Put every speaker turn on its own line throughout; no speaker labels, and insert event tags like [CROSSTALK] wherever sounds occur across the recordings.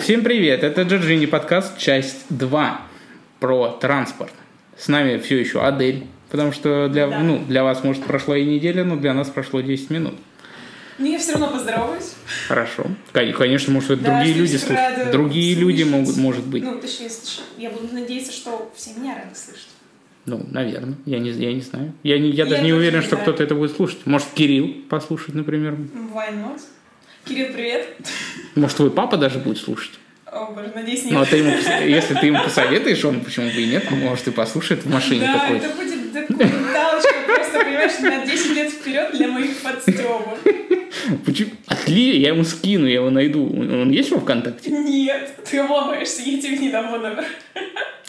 всем привет! Это Джорджини подкаст, часть 2 про транспорт. С нами все еще Адель, потому что для,
Да.
ну, для вас, может, прошла и неделя, но для нас прошло 10 минут.
Ну, я все равно поздороваюсь.
Хорошо. Кон- Конечно, может, это
Да,
другие
что
люди
здесь
слушают.
рады
Другие люди
слышать.
могут, может быть.
Ну, точнее, слыш- я буду надеяться, что все меня рады слышать.
Ну, наверное. Я не, я не знаю. Я, не, я, даже не
тоже
уверен,
не
что
знаю.
кто-то это будет слушать. Может, Кирилл послушать, например.
Why not? Кирилл, привет.
Может, твой папа даже будет слушать.
О, боже, надеюсь,
Ну, а
[LAUGHS] нет.
ты ему, если ты ему посоветуешь, он почему бы и нет, может, и послушает в машине
да,
какой-то.
это будет документалочка просто, понимаешь, на 10 лет вперед для моих подстёбов.
Почему? Отли, я ему скину, я его найду. Он он есть его ВКонтакте?
Нет, ты ломаешься, я тебе не дам его номер.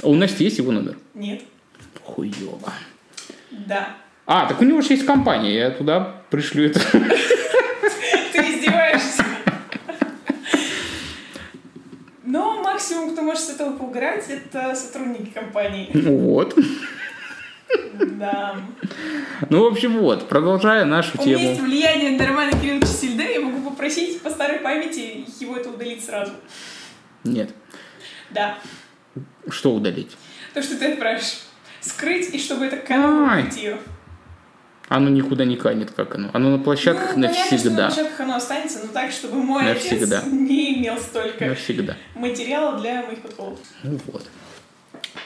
А у Насти есть его номер?
Нет.
Хуёво.
Да.
А, так у него же есть компания, я туда пришлю это. [LAUGHS]
Ты издеваешься. Но максимум, кто может с этого поугарать, это сотрудники компании.
Ну Вот.
Да.
Ну, в общем, вот, продолжая нашу
У меня есть
тему.
влияние Нормана Кирилловича Сильде, я могу попросить по старой памяти его это удалить сразу.
Нет.
Да,
Что удалить?
то, что ты отправишь. Скрыть, и чтобы это
Ай.
кануло в бытие.
Оно никуда не канет, как оно. Оно на площадках
ну, понятно, что на
навсегда.
площадках оно останется, но так, чтобы мой
Навсегда.
отец [LAUGHS] не имел столько
Навсегда.
материала для моих подколов.
Ну вот.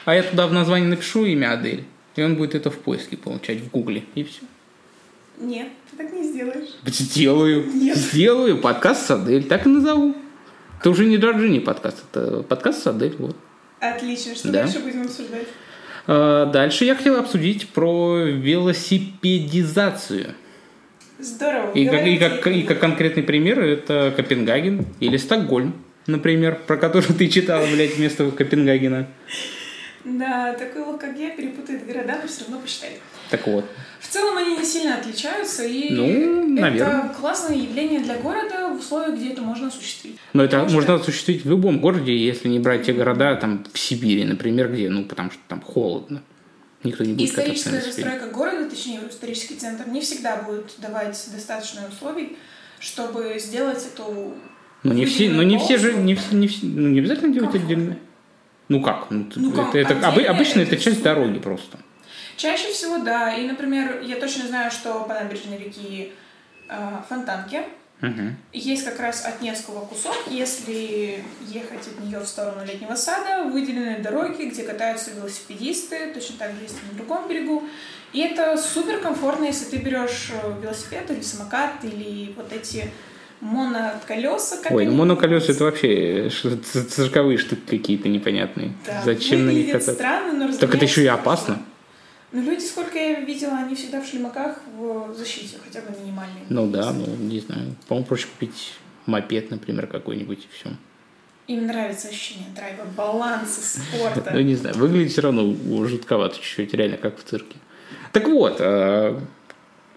А я туда в названии напишу имя Адель, и он будет это в поиске получать, в гугле, и все.
Нет, ты так не сделаешь.
Типа, Сделаю.
Нет.
Сделаю подкаст с Адель, так и назову. Это уже не Джорджини подкаст, это подкаст с Адель, вот.
Отлично, что
Да.
дальше будем обсуждать?
А, Дальше я хотел обсудить про велосипедизацию.
Здорово.
И как, и,
говорите.
как, и как конкретный пример это Копенгаген или Стокгольм, например, про который [LAUGHS] ты читала, блядь, вместо Копенгагена.
Да, такой вот, как я, перепутает города, но все равно посчитает.
Так вот.
В целом они не сильно отличаются, и
Ну, наверное.
это классное явление для города в условиях, где это можно осуществить.
Но это
Потому
можно осуществить в любом городе, если не брать те города, там, в Сибири, например, где, ну, потому что там холодно. Никто не будет кататься на
Историческая
велосипеде.
застройка города, точнее исторический центр, не всегда будет давать достаточно условий, чтобы сделать эту...
Ну, не все, ну,
выделенную
не все же,
полосу.
не, все- не, все- ну, не обязательно делать
Комфортно.
отдельно. Ну как? Ну,
Ну,
это,
как,
это обы-
отдельно
обычно
это
это часть
всё.
дороги просто.
Чаще всего, да. И, например, я точно знаю, что по набережной реки э, Фонтанки
Мгм.
есть как раз от Невского кусок, если ехать от нее в сторону Летнего сада, выделенные дороги, где катаются велосипедисты, точно так же есть и на другом берегу. И это супер комфортно, если ты берешь э, велосипед или самокат, или вот эти моноколеса. как
Ой, ну
они
моноколеса это
называются.
вообще ш- ц- цирковые штуки какие-то непонятные.
Да, ну,
Зачем на них
выглядит
кататься?
странно, но
Так это еще и
разумеется,
опасно.
Ну, люди, сколько я видела, они всегда в шлемаках в защите, хотя бы минимальной.
Ну да, ну не знаю. По-моему, проще купить мопед, например, какой-нибудь и все.
Им нравится ощущение драйва, баланса, спорта.
[LAUGHS] Ну не знаю, выглядит все равно у- жутковато чуть-чуть, реально как в цирке. Так вот, а,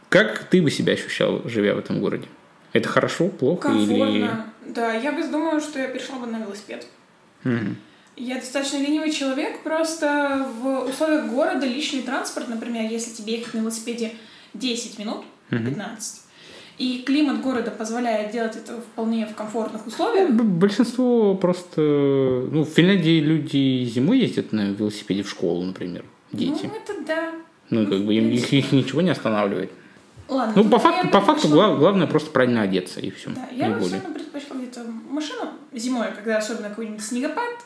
как ты бы себя ощущал, живя в этом городе? Это хорошо, плохо или...
Комфортно. Да, я бы думала, что я перешла бы на велосипед.
Мгм.
Я достаточно ленивый человек, просто в условиях города личный транспорт, например, если тебе ехать на велосипеде 10 минут,
Мгм.
15, и климат города позволяет делать это вполне в комфортных условиях,
Ну, б- Большинство просто... Ну, в Финляндии люди зимой ездят на велосипеде в школу, например, дети.
ну это да.
Ну, и как бы им,
в
их,
принципе. А
их ничего не останавливает.
Ладно.
Ну, по
я
факту,
бы
по факту
предпочла-
глав- главное просто правильно одеться и все.
Да, я бы все равно предпочла где-то машину зимой, когда особенно какой-нибудь снегопад,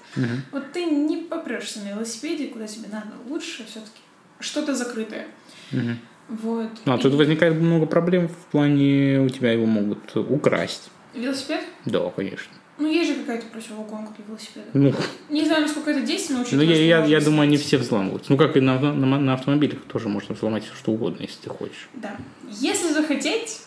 Вот ты не попрешься на велосипеде, куда тебе надо. Лучше все-таки что-то закрытое. Вот.
А
И
тут возникает много проблем в плане у тебя его могут украсть.
Велосипед?
Да, конечно.
Ну, есть же какая-то противоугонка для велосипеда.
Ну,
Не знаю, насколько это действенно,
ну
учитывая,
я,
что
я,
можно
я
с-
думаю, они все взламываются. Ну, как и на, на- на автомобилях тоже можно взломать все что угодно, если ты хочешь.
Да. Если захотеть,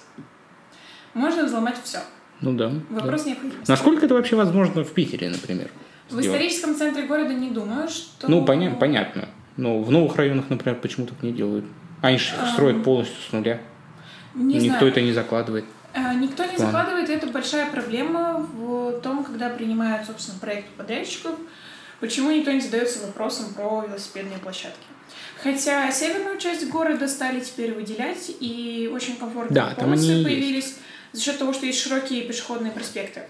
можно взломать все.
Ну да. да.
Вопрос необходимости.
Насколько это вообще возможно в Питере, например?
В
сделать?
историческом центре города не думаю, что...
Ну, поня- понятно. Но в новых районах, например, почему так не делают? Они же их
Ам,
строят полностью с нуля.
Не
Никто
знаю.
это не закладывает.
А, Никто не
План.
закладывает, и это большая проблема в том, когда принимают, собственно, проект подрядчиков, почему никто не задается вопросом про велосипедные площадки. Хотя северную часть города стали теперь выделять, и очень комфортные
Да, там
полосы
они и
появились за счет того, что есть широкие пешеходные проспекты.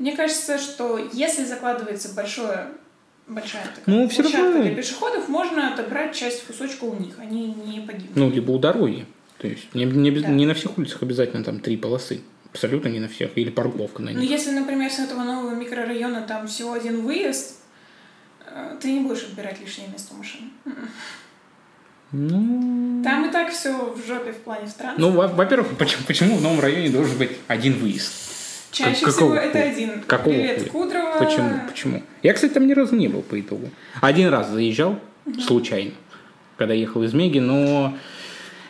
Мне кажется, что если закладывается большое большая такая
Ну, всё
площадка
равно.
для пешеходов, можно отобрать часть кусочка у них, они не погибнут.
Ну, либо у дороги. То есть не, не без-
Да.
не на всех улицах обязательно там три полосы. Абсолютно не на всех. Или парковка на
Ну,
них.
если, например, с этого нового микрорайона там всего один выезд, э, ты не будешь отбирать лишнее место у машины.
Ну,
Там и так все в жопе в плане в транспорте.
ну во- во-первых, почему, почему в новом районе должен быть один выезд?
Чаще
как-
всего
какого
это
хуя?
один.
Какого
Билет
хуя?
Кудрова.
Почему? Почему? Я, кстати, там ни разу не был по итогу. Один раз заезжал случайно, когда ехал из Меги, но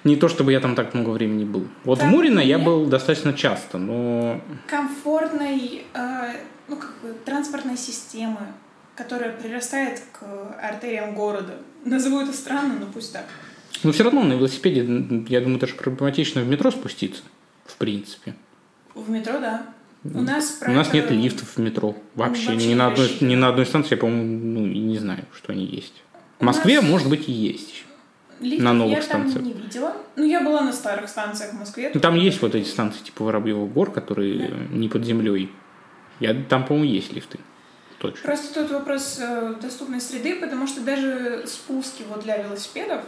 не то чтобы я там так много времени был. Вот
Так,
в Мурино я
нет.
был достаточно часто, но
Комфортной, э, ну, как бы, транспортной системы, которая прирастает к артериям города. Назову это странно, но пусть так.
Но все равно на велосипеде, м, я думаю, даже проблематично в метро спуститься, в принципе.
В метро, да. У нас,
Ну, У нас нет
правда,
лифтов в метро. Вообще,
Вообще
ни, на одной,
вообще.
ни на одной станции, я, по-моему, ну, и не знаю, что они есть. В Москве,
нас-
может быть, и есть. ещё.
лифтов
на новых
я
станциях.
там не видела. Ну, я была на старых станциях в Москве.
Ну, там есть вот эти станции типа Воробьевых гор, которые э, не под землей. Я, там, по-моему, есть лифты. Точно.
Просто тут вопрос э, доступной среды, потому что даже спуски вот для велосипедов,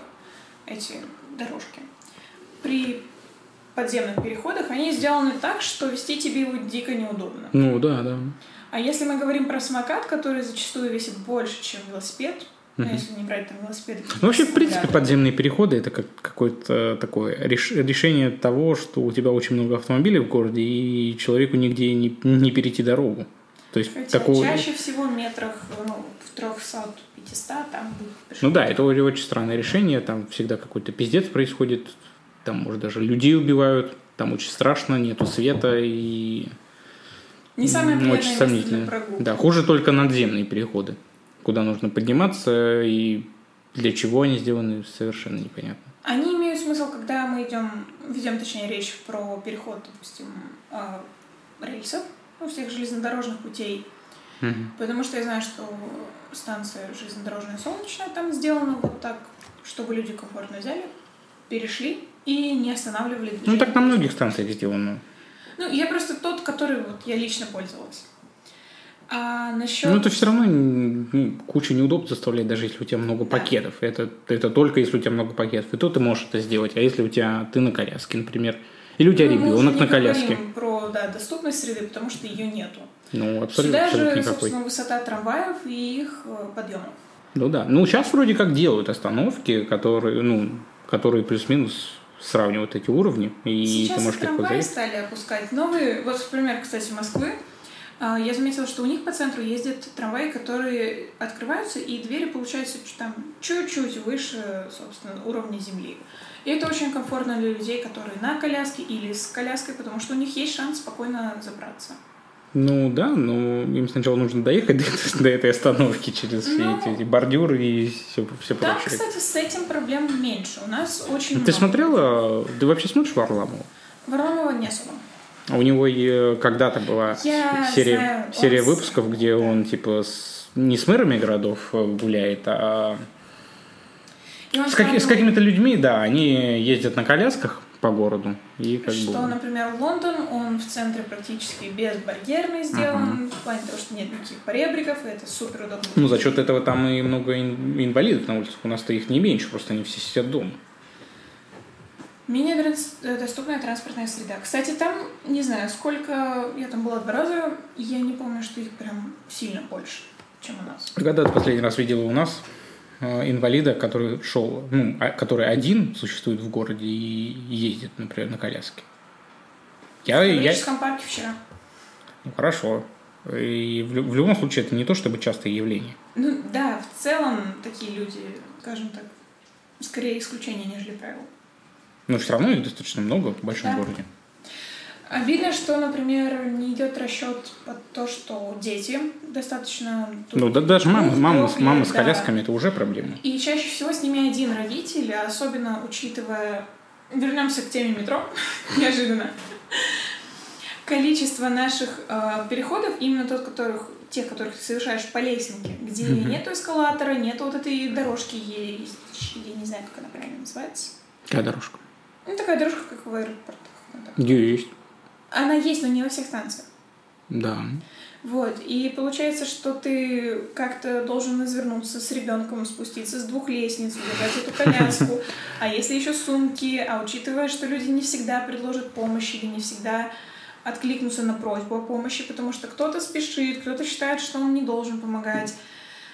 эти дорожки, при подземных переходах, они сделаны так, что вести тебе его дико неудобно.
Ну, да, да.
А если мы говорим про самокат, который зачастую весит больше, чем велосипед, ну,
Мгм.
если не брать там велосипед...
Ну, вообще, в принципе,
да.
подземные переходы это как какое-то такое реш- решение того, что у тебя очень много автомобилей в городе, и человеку нигде не, не перейти дорогу. То есть
Хотя
такого.
чаще всего метрах ну, в 300-500 там
Ну
будет пешеход.
да, это очень очень странное решение. Там всегда какой-то пиздец происходит. Там, может, даже людей убивают. Там очень страшно, нету света и
Не самое
м,
приятное
очень
место для
сомнительно.
прогулки.
Да, хуже только надземные переходы, куда нужно подниматься и для чего они сделаны, совершенно непонятно.
Они имеют смысл, когда мы идем, ведем, точнее, речь про переход, допустим, э, рельсов, ну, всех железнодорожных путей.
Мгм.
Потому что я знаю, что станция железнодорожная солнечная там сделана вот так, чтобы люди комфортно взяли, перешли и не останавливали движение.
Ну так на многих станциях сделано.
Ну, я просто тот, который вот я лично пользовалась. А насчет...
Ну это все равно м, ну, кучу неудобств заставляет, даже если у тебя много пакетов. Это, это только если у тебя много пакетов. И то ты можешь это сделать. А если у тебя ты на коляске, например. Или у тебя
Ну, мы уже
ребенок
не
на коляске.
говорим про да, доступность среды, потому что ее нету.
Ну, абсолютно,
Сюда
абсолютно
же,
никакой.
собственно, высота трамваев и их э, подъемов.
Ну да. Ну, сейчас вроде как делают остановки, которые, ну, которые плюс-минус сравнивают эти уровни, и
Сейчас
ты можешь легко
трамваи
заехать.
стали опускать новые. Вот, например, кстати, Москвы. А, Я заметила, что у них по центру ездят трамваи, которые открываются, и двери получаются чуть- там чуть-чуть выше, собственно, уровня земли. И это очень комфортно для людей, которые на коляске или с коляской, потому что у них есть шанс спокойно забраться.
Ну да, но им сначала нужно доехать [LAUGHS] до, до этой остановки через все
Ну.
эти, эти бордюры и все,
Там,
прочее.
кстати, с этим проблем меньше. У нас очень
Ну, Ты
много.
смотрела, ты вообще смотришь Варламова?
Варламова не особо.
А У него и когда-то была
Я
А, серия,
знаю, он
серия
с-
выпусков, где он типа с- не с мэрами городов э, гуляет, а
И он
с, каки- с
сравнивал-
какими-то людьми, да, они ездят на колясках по городу и как бы...
Что, например, Лондон, он в центре практически безбарьерный сделан, в плане того, что нет никаких поребриков, и это супер удобно.
Ну, за счет этого там и много ин- инвалидов на улицах. У нас-то их не меньше, просто они все сидят дома.
Менее транс- э, доступная транспортная среда. Кстати, там, не знаю, сколько... Я там была два раза, и я не помню, что их прям сильно больше, чем у нас.
Когда ты последний раз видела у нас э, инвалида, который шел, ну, а- который один существует в городе и ездит, например, на коляске? Я,
В
я...
Рижском парке вчера.
Ну, хорошо. И в, лю- в любом случае это не то чтобы частое явление.
Ну да, в целом такие люди, скажем так, скорее исключение, нежели правило.
Но все равно их достаточно много в большом
Да.
городе.
Обидно, что, например, не идет расчет под то, что дети достаточно... тут
Ну, да, даже мама,
двух,
мама,
трех
с- мама
лет,
с
да.
колясками это уже проблема.
И чаще всего с ними один родитель, а особенно учитывая... Вернемся к теме метро. [LAUGHS] Неожиданно. Количество наших э, переходов, именно тот, которых, тех, которых ты совершаешь по лесенке, где
Мгм.
нету эскалатора, нету вот этой дорожки, есть, я не знаю, как она правильно называется.
Какая дорожка?
Ну, такая дорожка, как в аэропортах. она так.
Есть.
Она есть, но не во всех станциях.
Да.
Вот, и получается, что ты как-то должен извернуться с ребенком, спуститься с двух лестниц, убежать эту коляску. [LAUGHS] А если еще сумки, а учитывая, что люди не всегда предложат помощь или не всегда откликнутся на просьбу о помощи, потому что кто-то спешит, кто-то считает, что он не должен помогать.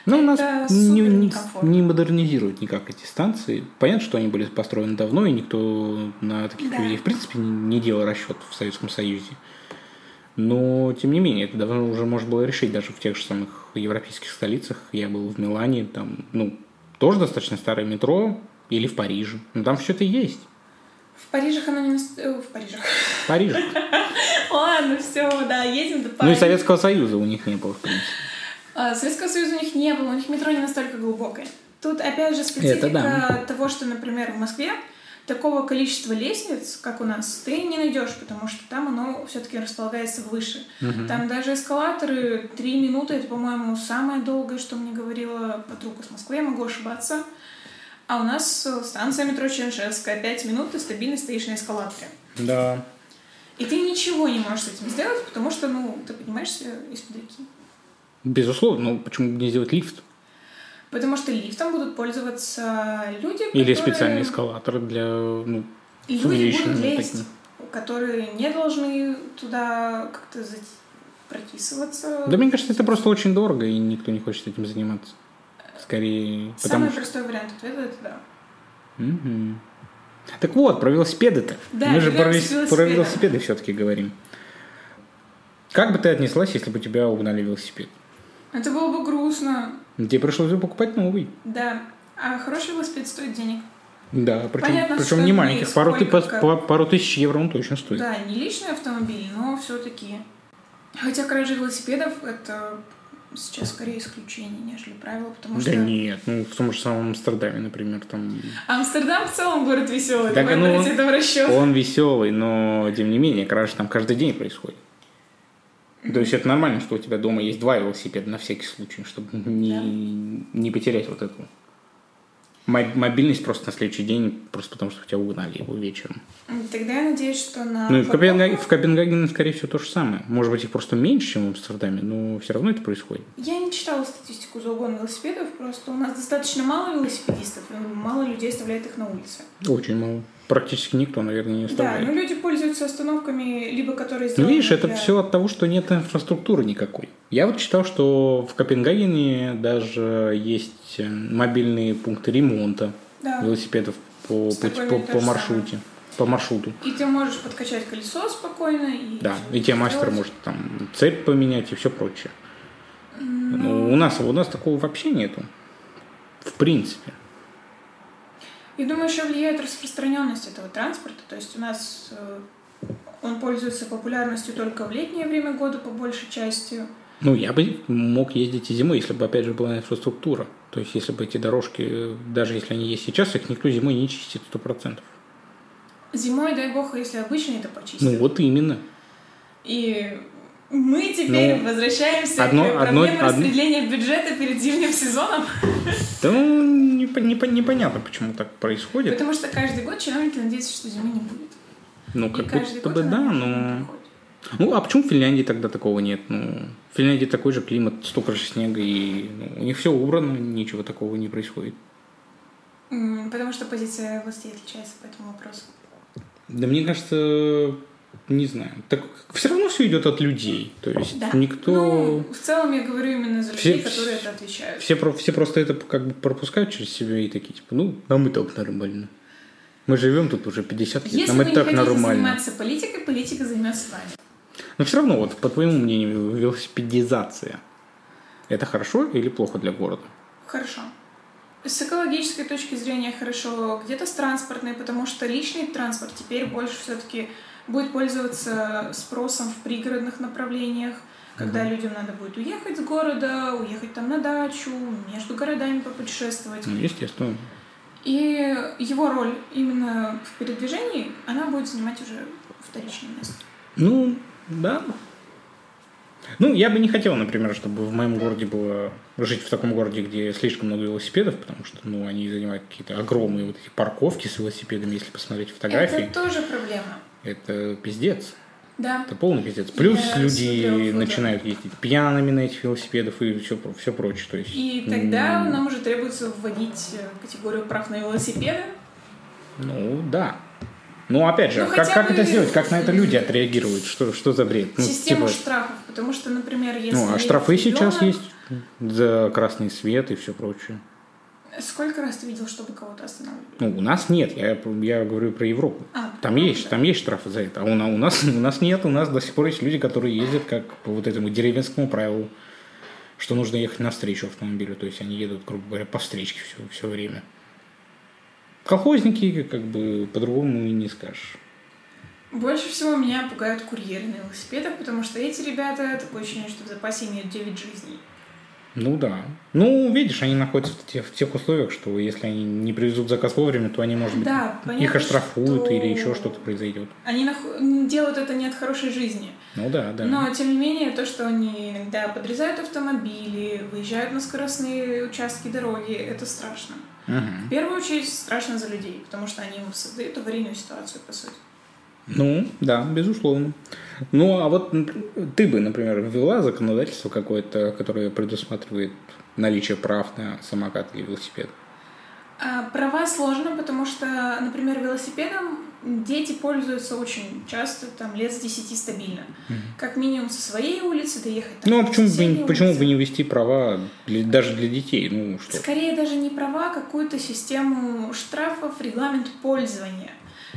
Ну, у нас
Это
не, не,
суперкомфортно.
не модернизируют никак эти станции. Понятно, что они были построены давно, и никто на таких
Да.
людей, в принципе, не не делал расчет в Советском Союзе. Но, тем не менее, это давно уже можно было решить даже в тех же самых европейских столицах. Я был в Милане, там, ну, тоже достаточно старое метро, или в Париже. Но там все это есть.
В Парижах оно не... нас- э, В Парижах.
В
[LAUGHS]
Париже.
Ладно, все, ну да, едем до
Ну и
Парижа.
Советского Союза у них не было, в принципе.
А, Советского Союза у них не было, у них метро не настолько глубокое. Тут опять же специфика
Это да.
того, что, например, в Москве такого количества лестниц, как у нас, ты не найдешь, потому что там оно все-таки располагается выше. Там даже эскалаторы три минуты, это, по-моему, самое долгое, что мне говорила подруга с Москвы, я могу ошибаться. А у нас э, станция метро Чернышевская, пять минут ты стабильно стоишь на эскалаторе.
Да.
И ты ничего не можешь с этим сделать, потому что, ну, ты поднимаешься из-под реки.
Безусловно, ну почему бы не сделать лифт?
Потому что лифтом будут пользоваться люди,
Или
которые-
специальный эскалатор для ну,
И
с
люди
увеличенными
будут лезть,
такими.
которые не должны туда как-то за- протисываться.
Да мне кажется, это просто очень дорого, и никто не хочет этим заниматься. Скорее, потому
Самый
что...
простой вариант ответа это да.
Мгм. Так вот, про велосипеды-то.
Да,
Мы же про, вес-
вернемся к
про
велосипедам.
велосипеды все-таки говорим. Как бы ты отнеслась, если бы у тебя угнали велосипед? Ну,
Это было бы грустно.
Тебе пришлось бы покупать новый.
Да. А хороший велосипед стоит денег.
Да, причем,
Понятно,
причем
что
не
не
маленьких. Пару, ты-
сколько.
по- пару тысяч евро он точно стоит.
Да, не личный автомобиль, но все-таки. Хотя кражи велосипедов это сейчас скорее исключение, нежели правило, потому
Да
что
нет, ну в том же самом Амстердаме, например, там
Амстердам в целом город веселый,
Так,
давай
ну,
брать это в [LAUGHS] расчет.
он веселый, но тем не менее кражи там каждый день происходит. То есть это нормально, что у тебя дома есть два велосипеда на всякий случай, чтобы не, не потерять вот эту мо- мобильность просто на следующий день, просто потому что у тебя угнали его вечером.
Тогда я надеюсь, что на...
ну и в,
парковку-
Копенгаге, в Копенгагене, скорее всего, то же самое. Может быть, их просто меньше, чем в Амстердаме, но все равно это происходит.
Я не читала статистику за угон велосипедов, просто у нас достаточно мало велосипедистов, и мало людей оставляет их на улице.
Очень мало. Практически никто, наверное, не
Да,
оставляет.
но люди пользуются остановками, либо которые
Ну,
сделаны
видишь, это
для-
все от того, что нет инфраструктуры никакой. Я вот читал, что в Копенгагене даже есть э, мобильные пункты ремонта
Да.
велосипедов по,
С
пути-
такой
по,
мне
по
тоже
маршруте. По маршруту.
И ты можешь подкачать колесо спокойно. И
Да,
всё
и тебе
это
мастер
сделать.
может там цепь поменять и все прочее. Ну, у нас, у нас такого вообще нету. В принципе.
Я думаю, еще влияет распространенность этого транспорта. То есть у нас э, он пользуется популярностью только в летнее время года, по большей части.
Ну, я бы мог ездить и зимой, если бы, опять же, была инфраструктура. То есть, если бы эти дорожки, э, даже если они есть сейчас, их никто зимой не чистит 100%.
Зимой, дай бог, если обычно это почистят.
Ну, вот именно.
И мы теперь
Ну,
возвращаемся
одно-
к
одно-
проблеме
одно-
распределения бюджета перед зимним сезоном,
Да ну, не, по- не по- непонятно, почему так происходит.
потому что каждый год чиновники надеются, что зимы не будет.
Ну,
и
как
каждый
будто
год
бы
она
да,
не
но...
проходит.
Ну, а почему в Финляндии тогда такого нет? Ну, в Финляндии такой же климат, столько же снега, и ну, у них все убрано, ничего такого не происходит.
М, Потому что позиция властей отличается по этому вопросу.
Да мне кажется, не знаю. Так все равно все идет от людей. То есть
Да.
никто...
Ну, в целом я говорю именно за людей,
Все-
которые это отвечают.
Все, про- все просто это как бы пропускают через себя и такие, типа, ну, нам и так нормально. Мы живем тут уже 50 лет,
Если
нам
вы
и
не
так
хотите
нормально.
заниматься политикой, политика займется вами.
Но все равно, вот по твоему мнению, велосипедизация это хорошо или плохо для города?
Хорошо. С экологической точки зрения хорошо, где-то с транспортной, потому что личный транспорт теперь больше все-таки будет пользоваться спросом в пригородных направлениях, когда людям надо будет уехать с города, уехать там на дачу, между городами попутешествовать.
Ну, естественно.
И его роль именно в передвижении, она будет занимать уже вторичное место.
Ну, да. Ну, я бы не хотел, например, чтобы в моем городе было жить в таком городе, где слишком много велосипедов, потому что, ну, они занимают какие-то огромные вот эти А парковки с велосипедами, если посмотреть фотографии.
Это тоже проблема.
Это пиздец.
Да.
Это полный пиздец. Плюс
Я смотрела
люди
фото.
начинают ездить пьяными на этих велосипедах и все, все прочее. То есть,
И тогда
м,
нам уже требуется вводить э, категорию прав на велосипеды.
Ну, да. Ну, опять же,
Ну,
а как,
хотя
как
бы-
это сделать? Как на это люди отреагируют? Что, что за бред? Ну,
Систему
типа,
штрафов, потому что, например, если...
ну, а штрафы сейчас
ребенок-
есть за красный свет и все прочее.
Сколько раз ты видел, чтобы кого-то останавливали?
Ну, у нас нет, я, я говорю про Европу.
А,
Там
ну,
есть,
да.
там есть штрафы за это. А у, на- у нас, [LAUGHS] у нас нет, у нас до сих пор есть люди, которые ездят как по вот этому деревенскому правилу, что нужно ехать навстречу автомобилю. То есть они едут, грубо говоря, по встречке все, все время. Колхозники, как бы, по-другому и не скажешь.
Больше всего меня пугают курьеры на велосипедах, потому что эти ребята, такое ощущение, что в запасе имеют 9 жизней.
Ну да. Ну, видишь, они находятся в тех, в тех условиях, что если они не привезут заказ вовремя, то они, может быть,
Да, понятно,
их оштрафуют
что
или еще что-то произойдет.
Они нах- ну, делают это не от хорошей жизни.
Ну да, да.
Но, тем не менее, то, что они иногда подрезают автомобили, выезжают на скоростные участки дороги, это страшно.
Мгм.
В первую очередь страшно за людей, потому что они им создают аварийную ситуацию, по сути.
Ну, да, безусловно. Ну, а вот нап- ты бы, например, ввела законодательство какое-то, которое предусматривает наличие прав на самокат или велосипед?
А, Права сложно, потому что, например, велосипедом дети пользуются очень часто, там, лет с 10 стабильно. Как минимум со своей улицы доехать. там,
Ну, а
до
почему бы,
соседней
не- почему
улицы.
бы не ввести права для- даже для детей? Ну, что?
Скорее даже не права, а какую-то систему штрафов, регламент пользования,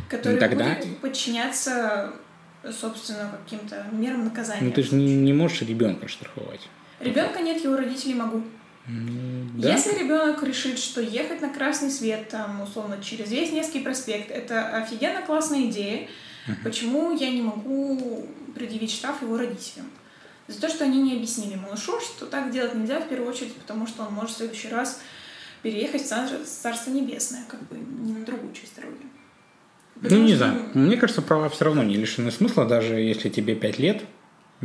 который
Ну, тогда-
будет подчиняться, собственно, каким-то мерам наказания.
Ну, ты же не, не можешь ребенка штрафовать.
Ребенка нет, его родителей могу.
Ну, да.
Если ребенок решит, что ехать на красный свет, там, условно, через весь Невский проспект, это офигенно классная идея, почему я не могу предъявить штраф его родителям? За то, что они не объяснили малышу, что так делать нельзя, в первую очередь, потому что он может в следующий раз переехать в Цар- Царство Небесное, как бы не на другую часть дороги.
Ну,
Потому
не
что,
знаю. Мне кажется, права все равно не лишены смысла, даже если тебе 5 лет.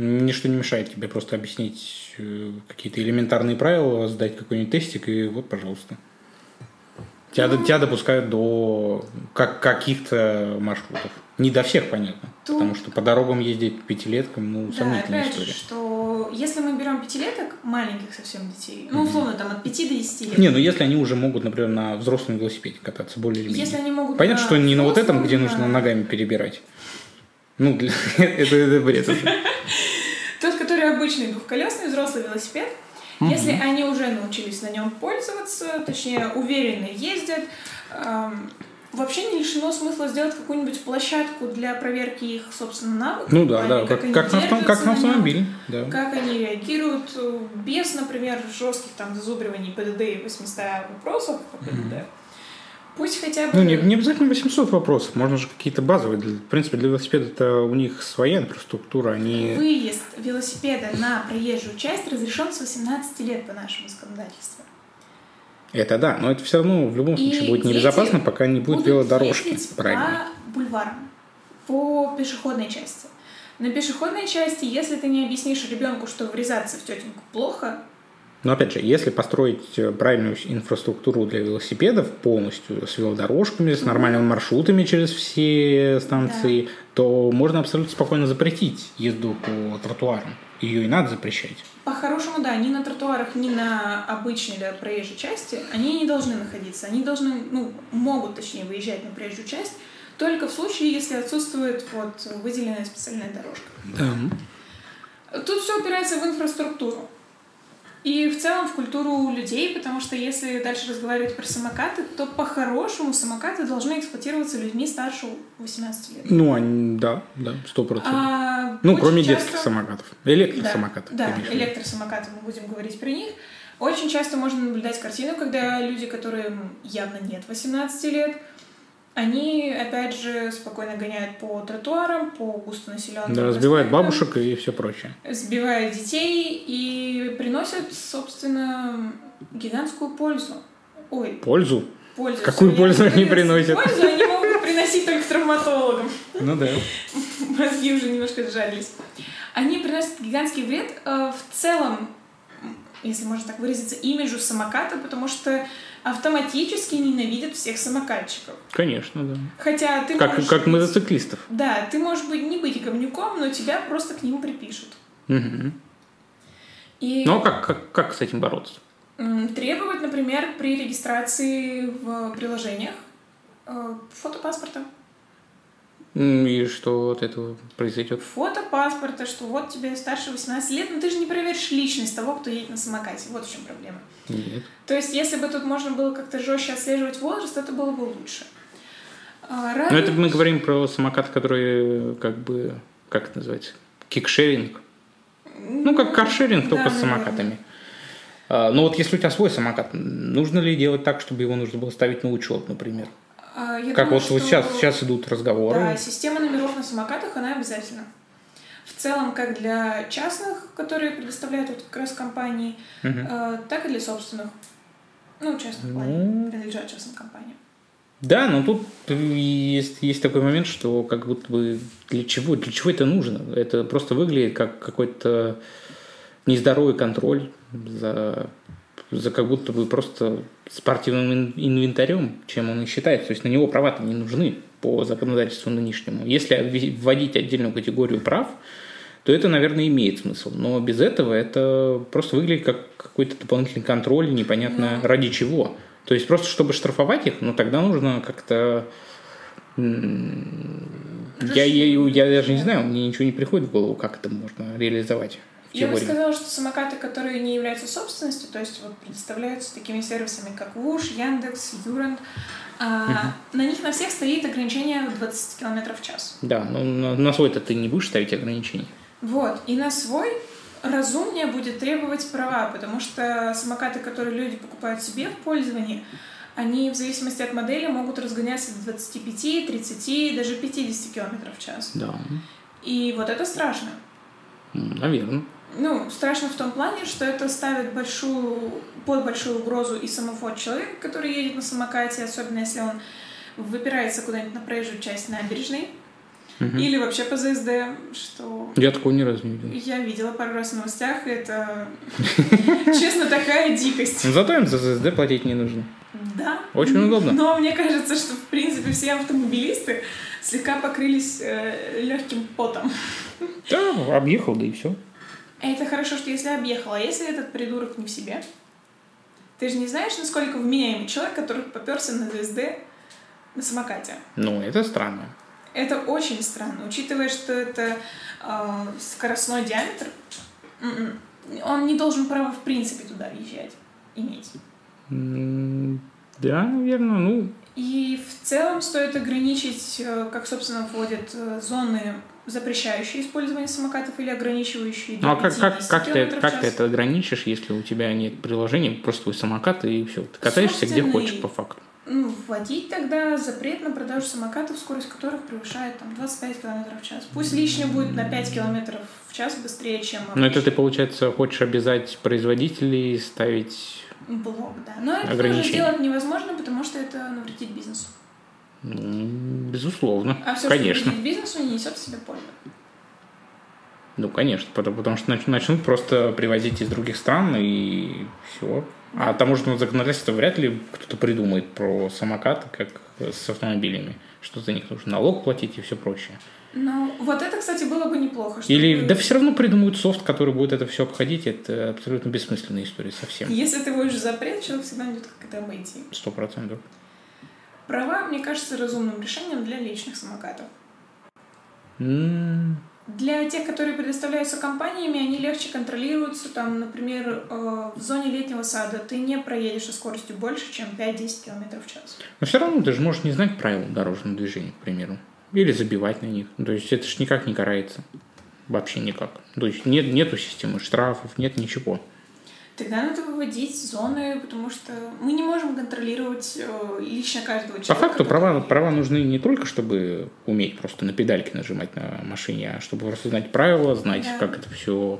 Ничто не мешает тебе просто объяснить э, какие-то элементарные правила, сдать какой-нибудь тестик, и вот, пожалуйста. Тебя,
Ну,
до- тебя допускают до как, каких-то маршрутов. Не до всех, понятно.
Тут-
Потому что по дорогам ездить пятилеткам, ну,
Да,
сомнительная
опять же,
история.
что если мы берем пятилеток, маленьких совсем детей, ну, условно, там, от 5 до 10 лет,
Не, ну если они уже могут, например, на взрослом велосипеде кататься более или менее.
если они могут...
Понятно,
на
что не на вот этом, где
взрослом,
нужно
на-
ногами перебирать. Ну, для- [LAUGHS] это, это бред
[LAUGHS]
уже.
Тот, который обычный двухколесный взрослый велосипед, если они уже научились на нем пользоваться, точнее, уверенно ездят, эм, вообще не лишено смысла сделать какую-нибудь площадку для проверки их, собственно, навыков.
Ну да,
а
да,
не
как,
они
как, на, авто- как
держатся
на
на нём,
автомобиле, да.
Как они реагируют э, без, например, жестких там зазубриваний ПДД и 800 вопросов по ПДД. Пусть хотя бы...
Ну, не, не обязательно 800 вопросов, можно же какие-то базовые. Для- в принципе, для велосипеда это у них своя инфраструктура, а они...
Выезд велосипеда на проезжую часть разрешен с 18 лет по нашему законодательству.
Это да, но это все равно в любом
И
случае будет
дети
небезопасно, пока не будет
Будут
велодорожки.
ездить
Правильно.
По бульварам, по пешеходной части. На пешеходной части, если ты не объяснишь ребенку, что врезаться в тетеньку плохо,
Но опять же, если построить э, правильную с- инфраструктуру для велосипедов полностью, с велодорожками, с нормальными маршрутами через все станции, то можно абсолютно спокойно запретить езду по тротуарам. Ее и надо запрещать.
по-хорошему, да, ни на тротуарах, ни на обычной да, проезжей части, они не должны находиться. Они должны, ну, могут, точнее, выезжать на проезжую часть только в случае, если отсутствует вот выделенная специальная дорожка.
Да.
Тут все упирается в инфраструктуру. И в целом в культуру людей, потому что если дальше разговаривать про самокаты, то по-хорошему самокаты должны эксплуатироваться людьми старше 18 лет.
Ну, они, да, да, сто процентов.
А
Ну,
очень
кроме
часто-
детских самокатов.
Да,
Электросамокатов.
Да,
конечно.
электросамокаты, мы будем говорить про них. Очень часто можно наблюдать картину, когда люди, которым явно нет 18 лет, они, опять же, спокойно гоняют по тротуарам, по густонаселенным
Да, разбивают
проспектам.
бабушек и все прочее.
сбивают детей и приносят, собственно, гигантскую пользу. Ой,
Пользу?
пользу.
Какую
Я
пользу они
говорила,
приносят?
Пользу они могут приносить только травматологам.
Ну да.
Мозги уже немножко сжались. Они приносят гигантский вред э, в целом, м, если можно так выразиться, имиджу самоката, потому что автоматически ненавидят всех самокатчиков.
Конечно, да.
Хотя ты
Как,
можешь
как
быть-
мотоциклистов.
Да, ты можешь быть не быть говнюком, но тебя просто к ним припишут.
Мгм.
И
Ну а как, как, как с этим бороться?
м, требовать, например, при регистрации в приложениях э, фото паспорта.
М, И что от этого произойдет?
Фото паспорта, что вот тебе старше 18 лет, но ты же не проверишь личность того, кто едет на самокате. Вот в чем проблема.
Нет.
То есть, если бы тут можно было как-то жестче отслеживать возраст, это было бы лучше. А,
Но
Ранее...
Ну, это мы говорим про самокат, который как бы, как это называется, кикшеринг. Ну, как каршеринг,
да,
только с
наверное.
самокатами. А, Но вот если у тебя свой самокат, нужно ли делать так, чтобы его нужно было ставить на учет, например?
А, я
как
думаю,
вот, вот
что-
сейчас, сейчас идут разговоры.
Да, система номеров на самокатах, она обязательна. В целом, как для частных, которые предоставляют вот как раз компании,
Мгм.
э, так и для собственных. Ну, частных
Ну.
компаний, принадлежат частным компаниям.
Да, но тут э, есть, есть такой момент, что как будто бы для чего, для чего это нужно? Это просто выглядит как какой-то нездоровый контроль за, за как будто бы просто спортивным ин- инвентарем, чем он и считается. То есть на него права-то не нужны по законодательству нынешнему. Если обви- вводить отдельную категорию прав, то это, наверное, имеет смысл. Но без этого это просто выглядит как какой-то дополнительный контроль, непонятно ради чего. То есть просто чтобы штрафовать их, ну тогда нужно как-то... м, Я, я, я даже не знаю, мне ничего не приходит в голову, как это можно реализовать в
Я бы
теории.
сказала, что самокаты, которые не являются собственностью, то есть вот предоставляются такими сервисами, как Вуш, Яндекс, Юрант, а, на них на всех стоит ограничение в 20 км в час.
Да, но на, на свой-то ты не будешь ставить ограничений.
Вот, и на свой разумнее будет требовать права, потому что самокаты, которые люди покупают себе в пользование, они в зависимости от модели могут разгоняться до 25, 30, даже 50 км в час.
Да,
И вот это страшно.
наверное.
Ну, страшно в том плане, что это ставит большую, под большую угрозу и самого человека, который едет на самокате, особенно если он выпирается куда-нибудь на проезжую часть набережной или вообще по ЗСД, что
Я такого ни разу не видел.
я видела пару раз в новостях, и это,
[LAUGHS]
честно, такая дикость.
Но зато им за ЗСД платить не нужно.
Да.
Очень удобно.
Но мне кажется, что, в принципе, все автомобилисты слегка покрылись легким потом.
Да, объехал, да и все.
Это хорошо, что если объехала, а если этот придурок не в себе? Ты же не знаешь, насколько вменяемый человек, который поперся на ЗСД на самокате.
Ну, это странно.
Это очень странно, учитывая, что это э, скоростной диаметр. М-м. Он не должен права в принципе туда въезжать, иметь.
М, Да, наверное, ну,
И в целом стоит ограничить, э, как, собственно, вводят э, зоны, запрещающие использование самокатов или ограничивающие до
Ну а как, как,
50
как, ты,
километров в
как ты
час.
это ограничишь, если у тебя нет приложения, просто твой самокат и все. Ты катаешься где
Собственный.
хочешь, по факту.
Ну, вводить тогда запрет на продажу самокатов, скорость которых превышает там, 25 км в час. Пусть лишний будет на 5 км в час быстрее, чем
Но Ну, это ты, получается, хочешь обязать производителей ставить.
блок, да. Но это тоже
Ограничение.
сделать невозможно, потому что это навредит бизнесу.
м, Безусловно.
А все,
конечно.
что навредит бизнесу, не несет в себе пользу.
Ну, конечно, потому, потому что нач- начнут просто привозить из других стран и все. А таможенное законодательство вряд ли кто-то придумает про самокаты, как с автомобилями. Что за них нужно налог платить и все прочее.
Ну, вот это, кстати, было бы неплохо. чтобы-
Или да все равно придумают софт, который будет это все обходить. Это абсолютно бессмысленная история совсем.
Если ты вводишь запрет, человек всегда найдет, как это обойти.
Сто процентов.
Права, мне кажется, разумным решением для личных самокатов.
М,
Для тех, которые предоставляются компаниями, они легче контролируются. Там, например, э, в зоне летнего сада ты не проедешь со скоростью больше, чем 5-10 км в час.
Но все равно ты же можешь не знать правил дорожного движения, к примеру. Или забивать на них. То есть это же никак не карается. Вообще никак. То есть нет, нету системы штрафов, нет ничего.
Тогда надо выводить зоны, потому что мы не можем контролировать э, лично каждого
По
человека.
факту
который-
права, права нужны не только, чтобы уметь просто на педальки нажимать на машине, а чтобы просто знать правила, знать,
Да.
как это все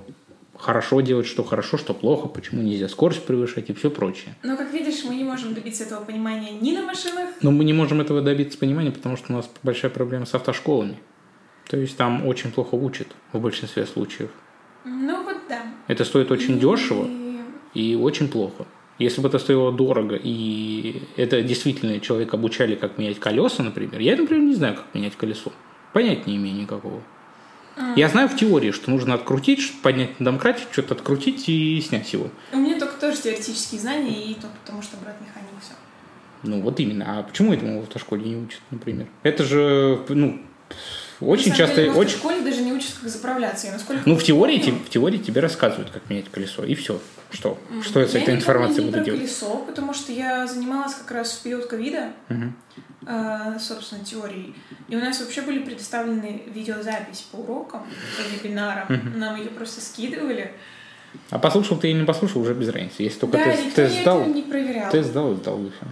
хорошо делать, что хорошо, что плохо, почему нельзя скорость превышать и все прочее.
Но, как видишь, мы не можем добиться этого понимания ни на машинах.
Но мы не можем этого добиться понимания, потому что у нас большая проблема с автошколами. То есть там очень плохо учат в большинстве случаев.
Ну вот да.
Это стоит очень
И-
дешево и очень плохо. Если бы это стоило дорого, и это действительно человек обучали, как менять колеса, например, я, например, не знаю, как менять колесо. Понять не имею никакого. Я знаю в теории, что нужно открутить, что- поднять на домкрате, что-то открутить и снять его.
У меня только тоже теоретические знания, и только потому что брат механик все.
Ну, вот именно. А почему этому в автошколе не учат, например? Это же, ну, очень часто...
В
Очень...
школе даже не учат, как заправляться. И насколько...
Ну, в теории, те- в теории тебе рассказывают, как менять колесо, и все. Что? Что я с этой информацией буду
Я не помню ни про
делать?
колесо, потому что я занималась как раз в период ковида,
Мгм.
э, собственно, теорией. И у нас вообще были предоставлены видеозапись по урокам, по вебинарам. Нам ее просто скидывали.
А послушал ты или не послушал, уже без разницы. Если только
да,
тест,
никто
тест
я
сдал,
это не проверял.
тест сдал и сдал, и все.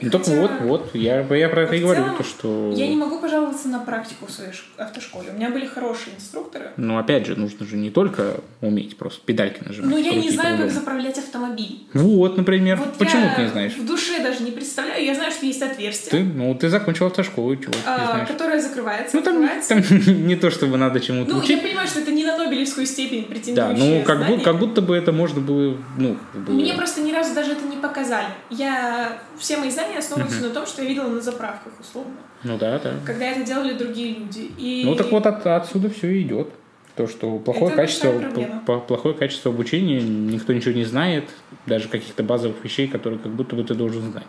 Ну,
Хотя
только вот, вот, я, я про это и
в
говорю,
целом
то, что...
Я не могу пожаловаться на практику в своей ш- автошколе. У меня были хорошие инструкторы.
Но Ну, опять же, нужно же не только уметь просто педальки нажимать.
Но Ну, я не
крутить
знаю, как
рулем.
заправлять автомобиль.
Вот, например.
Вот
Почему
я
ты не знаешь?
В душе даже не представляю. Я знаю, что есть отверстие,
Ты, ну, ты закончил автошколу, чего ты не
а,
знаешь.
которое закрывается,
Ну, там,
открывается.
там [LAUGHS] не то, чтобы надо чему-то
Ну, я
учить.
понимаю, что это не на Нобелевскую степень
Да,
претендующее
ну, как, бу-
знание.
как будто бы это можно было, ну, как бы-
Мне просто ни разу даже это не показали. Я... Все мои знания основываются на том, что я видела на заправках, условно.
Ну, да, да.
Когда это делали другие люди. И...
Ну, так вот от- отсюда все и идет. То, что плохое
Это
качество,
большая проблема.
п- п- плохое качество обучения, никто ничего не знает, даже каких-то базовых вещей, которые как будто бы ты должен знать.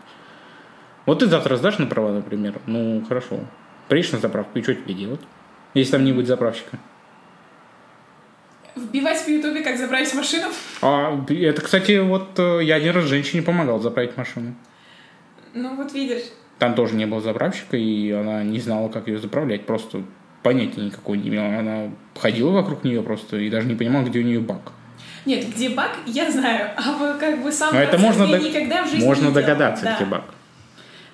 Вот ты завтра сдашь на права, например, ну, хорошо. Приедешь на заправку, и что тебе делать? Если там не будет заправщика.
Вбивать в Ютубе, как заправить машину. [LAUGHS]
А это, кстати, вот э, я один раз женщине помогал заправить машину.
Ну, вот видишь.
Там тоже не было заправщика, и она не знала, как ее заправлять. Просто понятия никакого не имела. Она ходила вокруг нее просто и даже не понимала, где у нее бак.
Нет, где баг, я знаю. А вы как бы сам
Но это
процесс
можно,
я
дог-
никогда в жизни
можно
не делала.
догадаться,
Да.
где бак.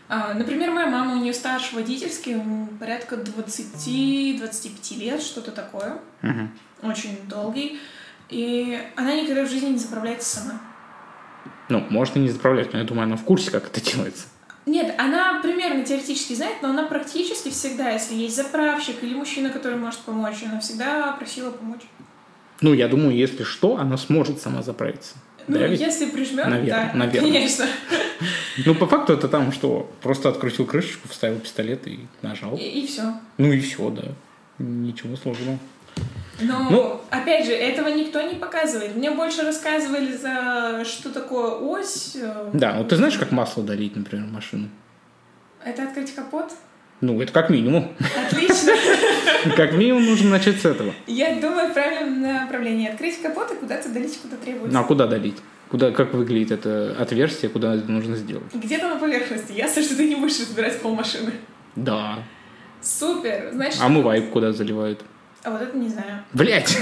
А, Например, моя мама, у нее стаж водительский, м, порядка 20-25 лет, что-то такое.
Мгм.
Очень долгий. И она никогда в жизни не заправляется сама.
Ну, может и не заправлять, но я думаю, она в курсе, как это делается.
Нет, она примерно теоретически знает, но она практически всегда, если есть заправщик или мужчина, который может помочь, она всегда просила помочь.
Ну, я думаю, если что, она сможет сама заправиться.
Ну,
Да, ведь?
если прижмет,
Наверно-
[LAUGHS] да,
наверно.
конечно.
Ну, по факту это там что? Просто открутил крышечку, вставил пистолет и нажал.
И, все.
Ну и все, да. Ничего сложного.
Но,
Ну-
опять же, этого никто не показывает. Мне больше рассказывали за что такое ось. э,
Да, вот ты знаешь, как масло долить, например, в машину?
Это открыть капот?
Ну, это как минимум. [LAUGHS]
Отлично. [LAUGHS]
Как минимум нужно начать с этого.
Я думаю, в правильном направлении. Открыть капот и куда-то долить, куда
Ну, а
требуется.
куда долить? Куда, как выглядит это отверстие, куда это нужно сделать?
Где-то на поверхности. Ясно, что ты не будешь разбирать полмашины.
Да.
Супер. Значит,
А мывайку куда заливают?
а вот это не знаю.
Блять!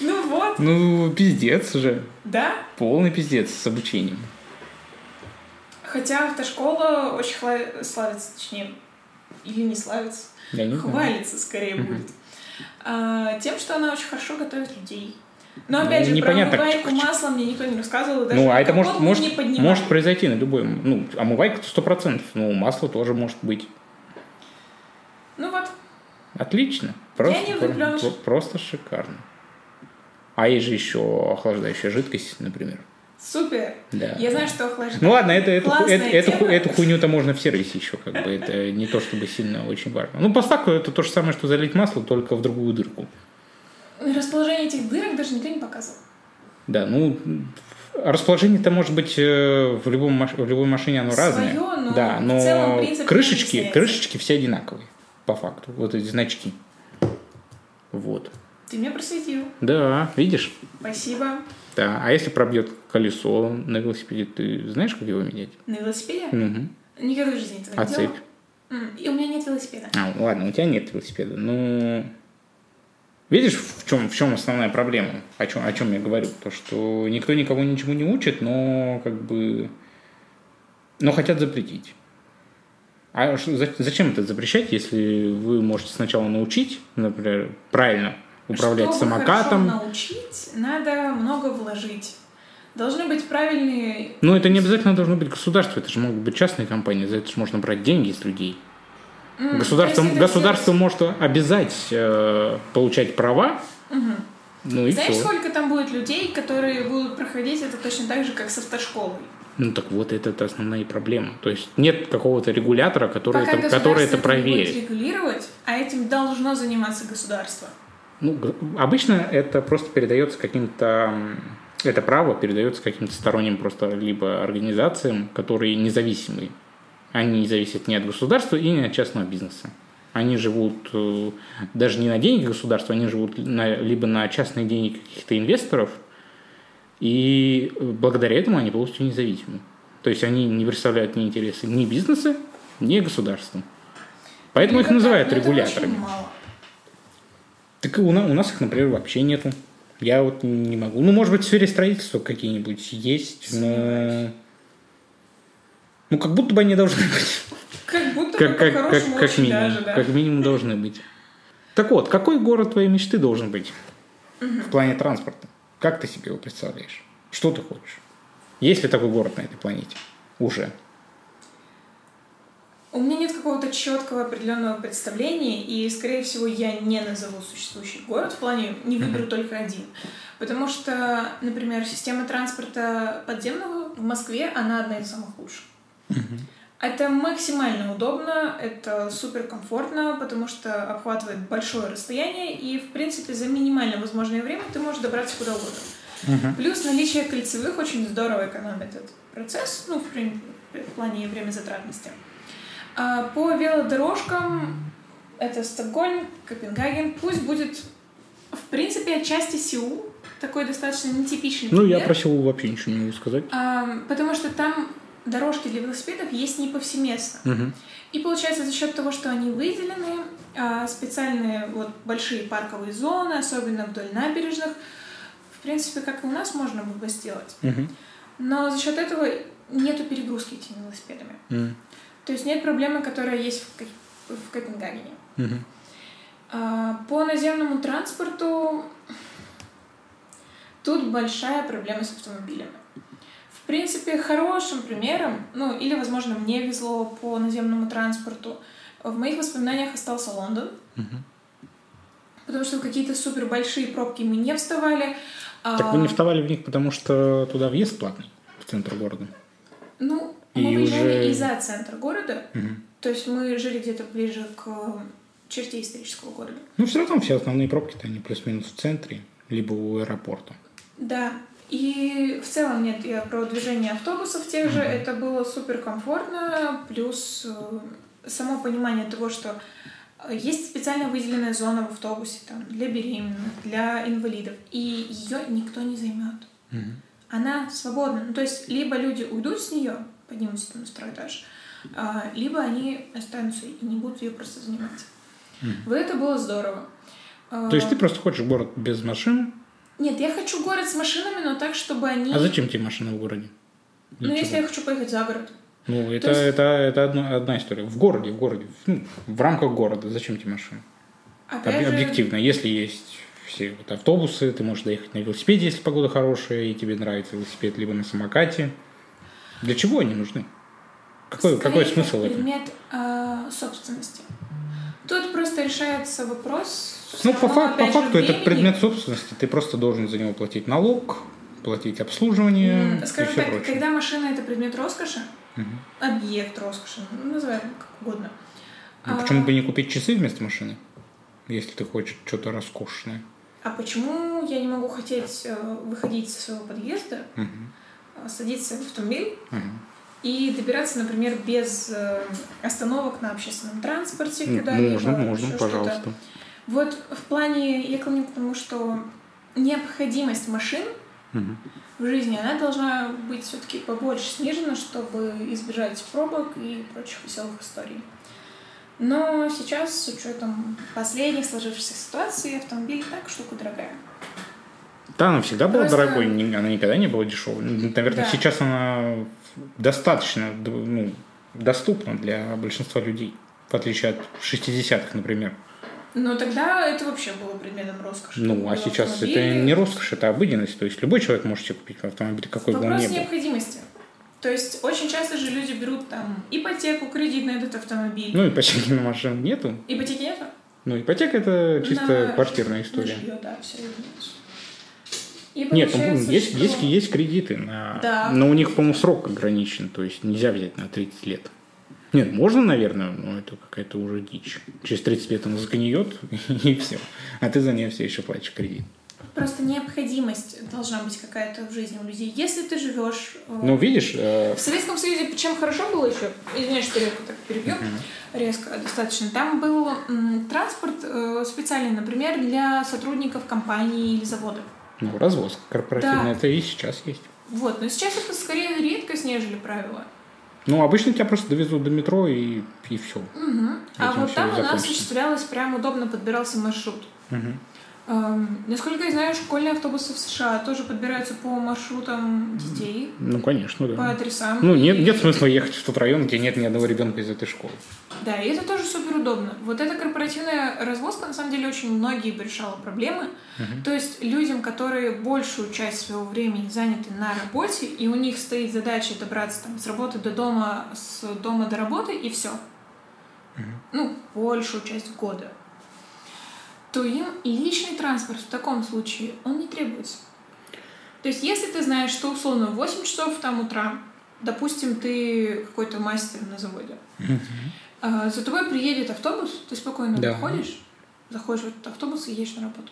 Ну вот,
[LAUGHS] Ну, пиздец же.
да.
Полный пиздец с обучением.
Хотя автошкола очень хла- славится, точнее, или не славится,
Я не знаю.
хвалится скорее
Ну Мгм.
будет. А, тем, что она очень хорошо готовит людей. Но
Ну,
опять же, про
непонятно,
омывайку
чё- чё-
масла мне никто не рассказывал. Даже
Ну, а это
капот
может,
мы
может,
не поднимали.
может произойти на любой... Ну, омывайка-то сто процентов. Ну, масло тоже может быть.
Ну вот,
Отлично. Просто,
не влюблён.
про- просто шикарно. А есть же еще охлаждающая жидкость, например.
супер.
Да.
Я знаю, что охлаждение.
Ну ладно, это, это, ху-
Классная
это- эту ху-
тема.
эту хуйню-то можно в сервисе еще, как бы, это не то чтобы сильно очень важно. Ну, по факту это то же самое, что залить масло, только в другую дырку.
Расположение этих дырок даже никто не показывал.
Да, ну, расположение-то может быть э, в, любом, маш- в любой машине оно
Своё,
разное.
но
да,
в
но
целом принцип не
крышечки,
объясняется.
крышечки все одинаковые, по факту, вот эти значки. Вот.
Ты меня просветил.
Да, видишь?
Спасибо.
Да, а если пробьет колесо на велосипеде, ты знаешь, как его менять?
На велосипеде?
Мгм.
Никогда в жизни этого не
А цепь?
делала. М, И у меня нет велосипеда.
А, ладно, у тебя нет велосипеда. Ну, видишь, в чем, в чем основная проблема? О чем, о чем я говорю? То, что никто никого ничему не учит, но как бы... Но хотят запретить. А ш- за- зачем это запрещать, если вы можете сначала научить, например, правильно управлять
Чтобы
самокатом?
хорошо научить, надо много вложить. Должны быть правильные...
Ну, это не обязательно должно быть государство, это же могут быть частные компании, за это же можно брать деньги с людей.
м,
Государство,
если это
государство может обязать э, получать права
делать- Мгм.
Ну и
Знаешь,
всё.
сколько там будет людей, которые будут проходить это точно так же, как с автошколой?
Ну так вот, это, это основная проблема. То есть нет какого-то регулятора, который,
Пока
это,
государство
который это
не
проверит.
будет регулировать, а этим должно заниматься государство.
Ну, г- обычно это просто передается каким-то... м, Это право передается каким-то сторонним просто либо организациям, которые независимы. Они не зависят ни от государства и ни от частного бизнеса. Они живут э, даже не на деньги государства, они живут на- либо на частные деньги каких-то инвесторов, и э, благодаря этому они полностью независимы. То есть они не представляют ни интересы ни бизнеса, ни государства. Поэтому их
Это-
называют
ну, это
регуляторами.
очень мало.
Так и у, на- у нас их, например, вообще нету. Я вот не могу. Ну, может быть, в сфере строительства какие-нибудь есть, но...
Сомневаюсь.
Ну, как будто бы они должны
[LAUGHS]
быть.
Как будто
Как,
как,
как, как,
Ну, по-хорошему
как
очень
минимум.
даже, да.
Как минимум должны быть. Так вот, какой город твоей мечты должен быть в плане транспорта? Как ты себе его представляешь? Что ты хочешь? Есть ли такой город на этой планете? Уже.
У меня нет какого-то четкого определенного представления, и, скорее всего, я не назову существующий город, в плане не выберу только один. Потому что, например, система транспорта подземного в Москве, она одна из самых лучших. Это максимально удобно, это супер комфортно, потому что обхватывает большое расстояние, и, в принципе, за минимально возможное время ты можешь добраться куда угодно. Плюс наличие кольцевых очень здорово экономит этот процесс, ну, в, прин- в плане время затратности. по велодорожкам это Стокгольм, Копенгаген, пусть будет, в принципе, отчасти Сеул, такой достаточно нетипичный
Ну, я
пример.
про Сеул вообще ничего не могу сказать.
А, потому что там дорожки для велосипедов есть не повсеместно.
Мгм.
И получается за счет того, что они выделены, а, специальные вот большие парковые зоны, особенно вдоль набережных, в принципе, как и у нас можно было бы сделать.
Мгм.
Но за счет этого нету перегрузки этими велосипедами.
М.
То есть нет проблемы, которая есть в, Ко- в Копенгагене.
Мгм.
А, По наземному транспорту тут большая проблема с автомобилями. В принципе, хорошим примером, ну или, возможно, мне везло по наземному транспорту, в моих воспоминаниях остался Лондон,
Мгм.
потому что в какие-то супер большие пробки мы не вставали.
Так
А,
вы не вставали в них, потому что туда въезд платный в центр города.
Ну,
И
мы выезжали
уже-
и за центр города,
Мгм.
то есть мы жили где-то ближе к э, черте исторического города.
Ну, все равно все основные пробки-то они плюс-минус в центре, либо у аэропорта.
Да. И в целом нет, я про движение автобусов тех же, это было супер комфортно, плюс э, само понимание того, что э, есть специально выделенная зона в автобусе там, для беременных, для инвалидов, и ее никто не займет. Она свободна. Ну, то есть либо люди уйдут с нее, поднимутся там на второй этаж, а, либо они останутся и не будут ее просто занимать.
Мгм.
Вот это было здорово. А,
То есть ты просто хочешь город без машин?
Нет, я хочу город с машинами, но так, чтобы они...
А зачем тебе машина в городе? Для
Ну,
чего?
если я хочу поехать за город.
Ну, это,
есть-
это, это одна, одна история. В городе, в городе, в- ну, в рамках города, зачем тебе машина?
Опять
Об-
же,
Объективно, если есть все вот автобусы, ты можешь доехать на велосипеде, если погода хорошая, и тебе нравится велосипед, либо на самокате. Для чего они нужны? Какой,
скорее
какой
как
смысл в этом?
предмет э, собственности. Тут просто решается вопрос...
Ну, по,
самого,
фак- по
опять же,
факту это
времени.
предмет собственности. Ты просто должен за него платить налог, платить обслуживание
М,
и
Скажем
все
так,
прочее.
когда машина — это предмет роскоши,
Мгм.
объект роскоши, ну, называем как угодно.
Ну,
а-
почему бы не купить часы вместо машины? Если ты хочешь что-то роскошное.
А почему я не могу хотеть э, выходить со своего подъезда,
Мгм.
э, садиться в автомобиль
Мгм.
и добираться, например, без э, остановок на общественном транспорте
Ну,
куда-либо?
можно, можно,
еще что-то?
пожалуйста.
Вот в плане, я клоню к тому, что необходимость машин
Мгм.
в жизни, она должна быть все-таки побольше снижена, чтобы избежать пробок и прочих веселых историй. Но сейчас, с учетом последних сложившихся ситуаций, автомобиль и так штука дорогая.
Да, она всегда была
Просто-
дорогой, ни- она никогда не была дешевой. Ну, Наверное,
Да.
сейчас она достаточно д- ну, доступна для большинства людей, в отличие от 60-х, например.
Но тогда это вообще было предметом роскоши.
Ну, а
Было
сейчас это
автомобиль.
не роскошь, это обыденность. То есть любой человек может себе купить автомобиль, какой бы он ни
Вопрос
был.
необходимости. То есть очень часто же люди берут там ипотеку, кредит на этот автомобиль.
Ну, ипотеки [LAUGHS] на машину нету.
Ипотеки нету? Ну,
Ну, ипотека это чисто
На-
квартирная история.
На жильё, да, все И
Нет, ну,
получается,
есть,
что-
есть, есть кредиты, на...
Да.
но у них, по-моему, срок ограничен, то есть нельзя взять на 30 лет. Нет, можно, наверное, но это какая-то уже дичь. Через 30 лет он сгниет, [LAUGHS] и все. А ты за нее все еще платишь кредит.
Просто необходимость должна быть какая-то в жизни у людей. Если ты живешь... э,
Ну, видишь, э,
В Советском Союзе чем хорошо было еще, извиняюсь, что резко так перебью, резко достаточно, там был м, транспорт э, специальный, например, для сотрудников компаний или заводов.
ну, развоз корпоративный,
Да.
это и сейчас есть.
Вот, но сейчас это скорее редкость, нежели правило.
Ну, обычно тебя просто довезут до метро и, и все.
Мгм. А
Этим
вот
всё
там
и
у нас
закончится.
осуществлялось прям удобно подбирался маршрут. Эм, насколько я знаю, школьные автобусы в США тоже подбираются по маршрутам детей,
Ну, конечно, да.
по адресам.
Ну, нет,
И-
нет смысла ехать в тот район, где нет ни одного ребенка из этой школы.
Да, и это тоже супер удобно. Вот эта корпоративная развозка, на самом деле, очень многие бы решала проблемы. То есть людям, которые большую часть своего времени заняты на работе, и у них стоит задача добраться там, с работы до дома, с дома до работы, и все. Ну, большую часть года. То им и личный транспорт в таком случае, он не требуется. То есть, если ты знаешь, что условно в 8 часов там утра, допустим, ты какой-то мастер на заводе, а, За тобой приедет автобус, ты спокойно
Да.
выходишь, заходишь в этот автобус и едешь на работу.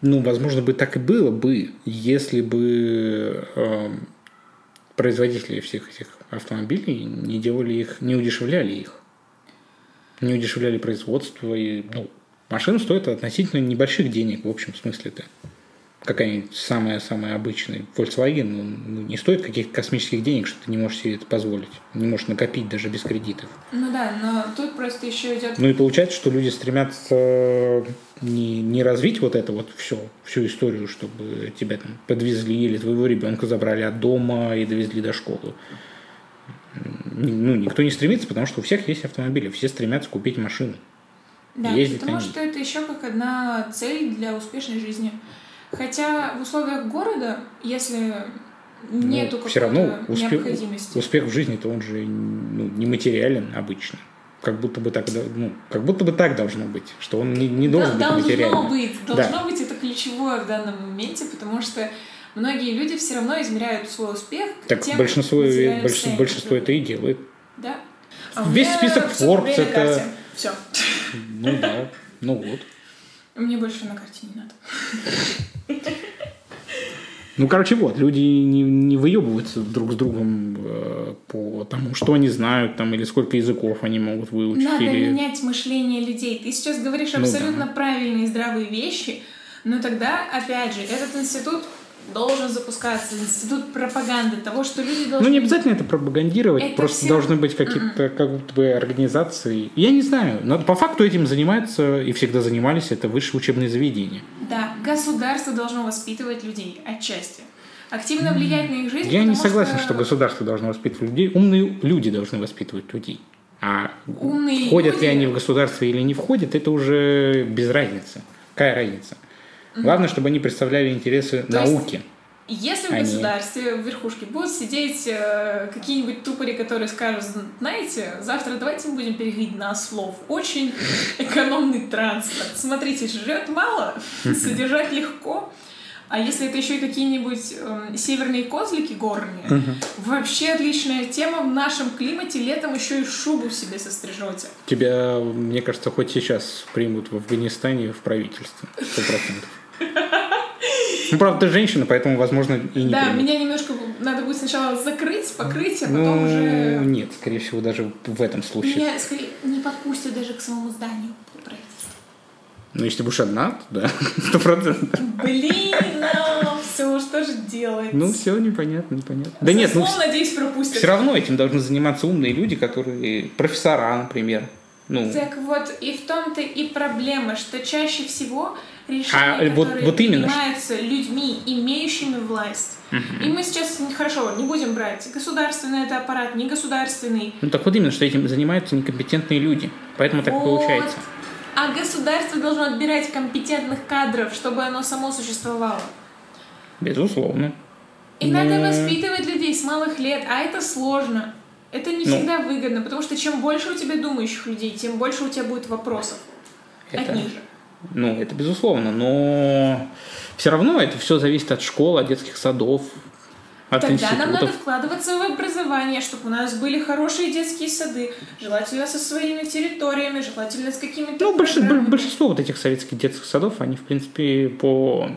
Ну, возможно бы так и было бы, если бы эм, производители всех этих автомобилей не делали их, не удешевляли их, не удешевляли производство и ну, машина стоит относительно небольших денег в общем смысле-то. Какая-нибудь самая-самая обычная Volkswagen он, ну, не стоит каких-то космических денег, что ты не можешь себе это позволить, не можешь накопить даже без кредитов.
Ну да, но тут просто еще идет.
Ну и получается, что люди стремятся э, не, не развить вот это вот все, всю историю, чтобы тебя там подвезли или твоего ребенка забрали от дома и довезли до школы. М, Ну, никто не стремится, потому что у всех есть автомобили, все стремятся купить машину.
Да,
ездить
потому
Ну, они.
что это еще как одна цель для успешной жизни. Хотя в условиях города, если
Ну,
нету какой-то
всё равно успе-
необходимости.
Успех в жизни-то он же ну, не материален обычно. Как будто бы так, да- ну, как будто бы так должно быть, что он не, не должен
Да,
быть
должно
материальным.
быть, должно быть это ключевое в данном моменте, потому что многие люди все равно измеряют свой успех
Так
тем
большинство,
материальным
большинство,
состоянием.
большинство это и делает.
Да. А
Весь список Forbes это-
Все.
Ну да, ну вот.
Мне больше на карте не надо.
Ну, короче, вот, люди не, не выебываются друг с другом э, по тому, что они знают, там, или сколько языков они могут выучить,
Надо
или...
менять мышление людей. Ты сейчас говоришь
Ну
абсолютно правильные и здравые вещи, но тогда, опять же, этот институт должен запускаться, институт пропаганды того, что люди
Ну,
должны...
не обязательно это пропагандировать,
Это
просто
всё-
должны быть какие-то как будто бы организации. Я не знаю, но по факту этим занимаются и всегда занимались, это высшие учебные заведения.
Да, государство должно воспитывать людей отчасти. Активно влиять на их жизнь.
Я не
потому
согласен, что... государство должно воспитывать людей, умные люди должны воспитывать людей. А
Умные
входят ли
люди-
они в государство или не входят, это уже без разницы. Какая разница? Главное, чтобы они представляли интересы
То есть-
науки.
Если в
Они-
государстве, в верхушке будут сидеть э, какие-нибудь тупори, которые скажут, знаете, завтра давайте мы будем переходить на слов.
[LAUGHS]
Очень экономный транспорт. Смотрите,
[LAUGHS]
жрет мало, содержать легко. А если это еще и какие-нибудь эм, северные козлики горные, вообще отличная тема в нашем климате. Летом еще и шубу себе сострижете.
Тебя, мне кажется, хоть сейчас примут в Афганистане в правительство. Сто процентов. Ну, правда, ты женщина, поэтому, возможно, и не
да,
примут.
меня немножко надо будет сначала закрыть, покрыть, а потом
Ну,
уже...
нет, скорее всего, даже в этом случае.
Меня скорее не подпустят даже к самому зданию правительства.
Ну, если ты будешь одна, то да, [LAUGHS] сто процентов.
Блин, все, что же делать?
Ну, все, непонятно, непонятно. Да нет, ну,
Сослов, надеюсь, пропустят.
все равно этим должны заниматься умные люди, которые профессора, например. Ну,
Так вот, и в том-то и проблема, что чаще всего
А,
решения,
вот-
которые
вот именно.
принимаются людьми, имеющими власть. И мы сейчас, хорошо, не будем брать государственный это аппарат, не государственный.
ну так вот именно, что этим занимаются некомпетентные люди. Поэтому так
Вот.
получается.
А государство должно отбирать компетентных кадров, чтобы оно само существовало.
Безусловно.
И надо
Ну.
воспитывать людей с малых лет, а это сложно. Это не
Ну.
всегда выгодно, потому что чем больше у тебя думающих людей, тем больше у тебя будет вопросов
Это-
от них же.
Ну, это безусловно, но Все равно это все зависит от школ, от детских садов, от
Тогда нам надо
институтов.
вкладываться в образование, чтобы у нас были хорошие детские сады, желательно со своими территориями, желательно с какими-то...
Ну, больш- б-
программами.
большинство вот этих советских детских садов, они, в принципе, по,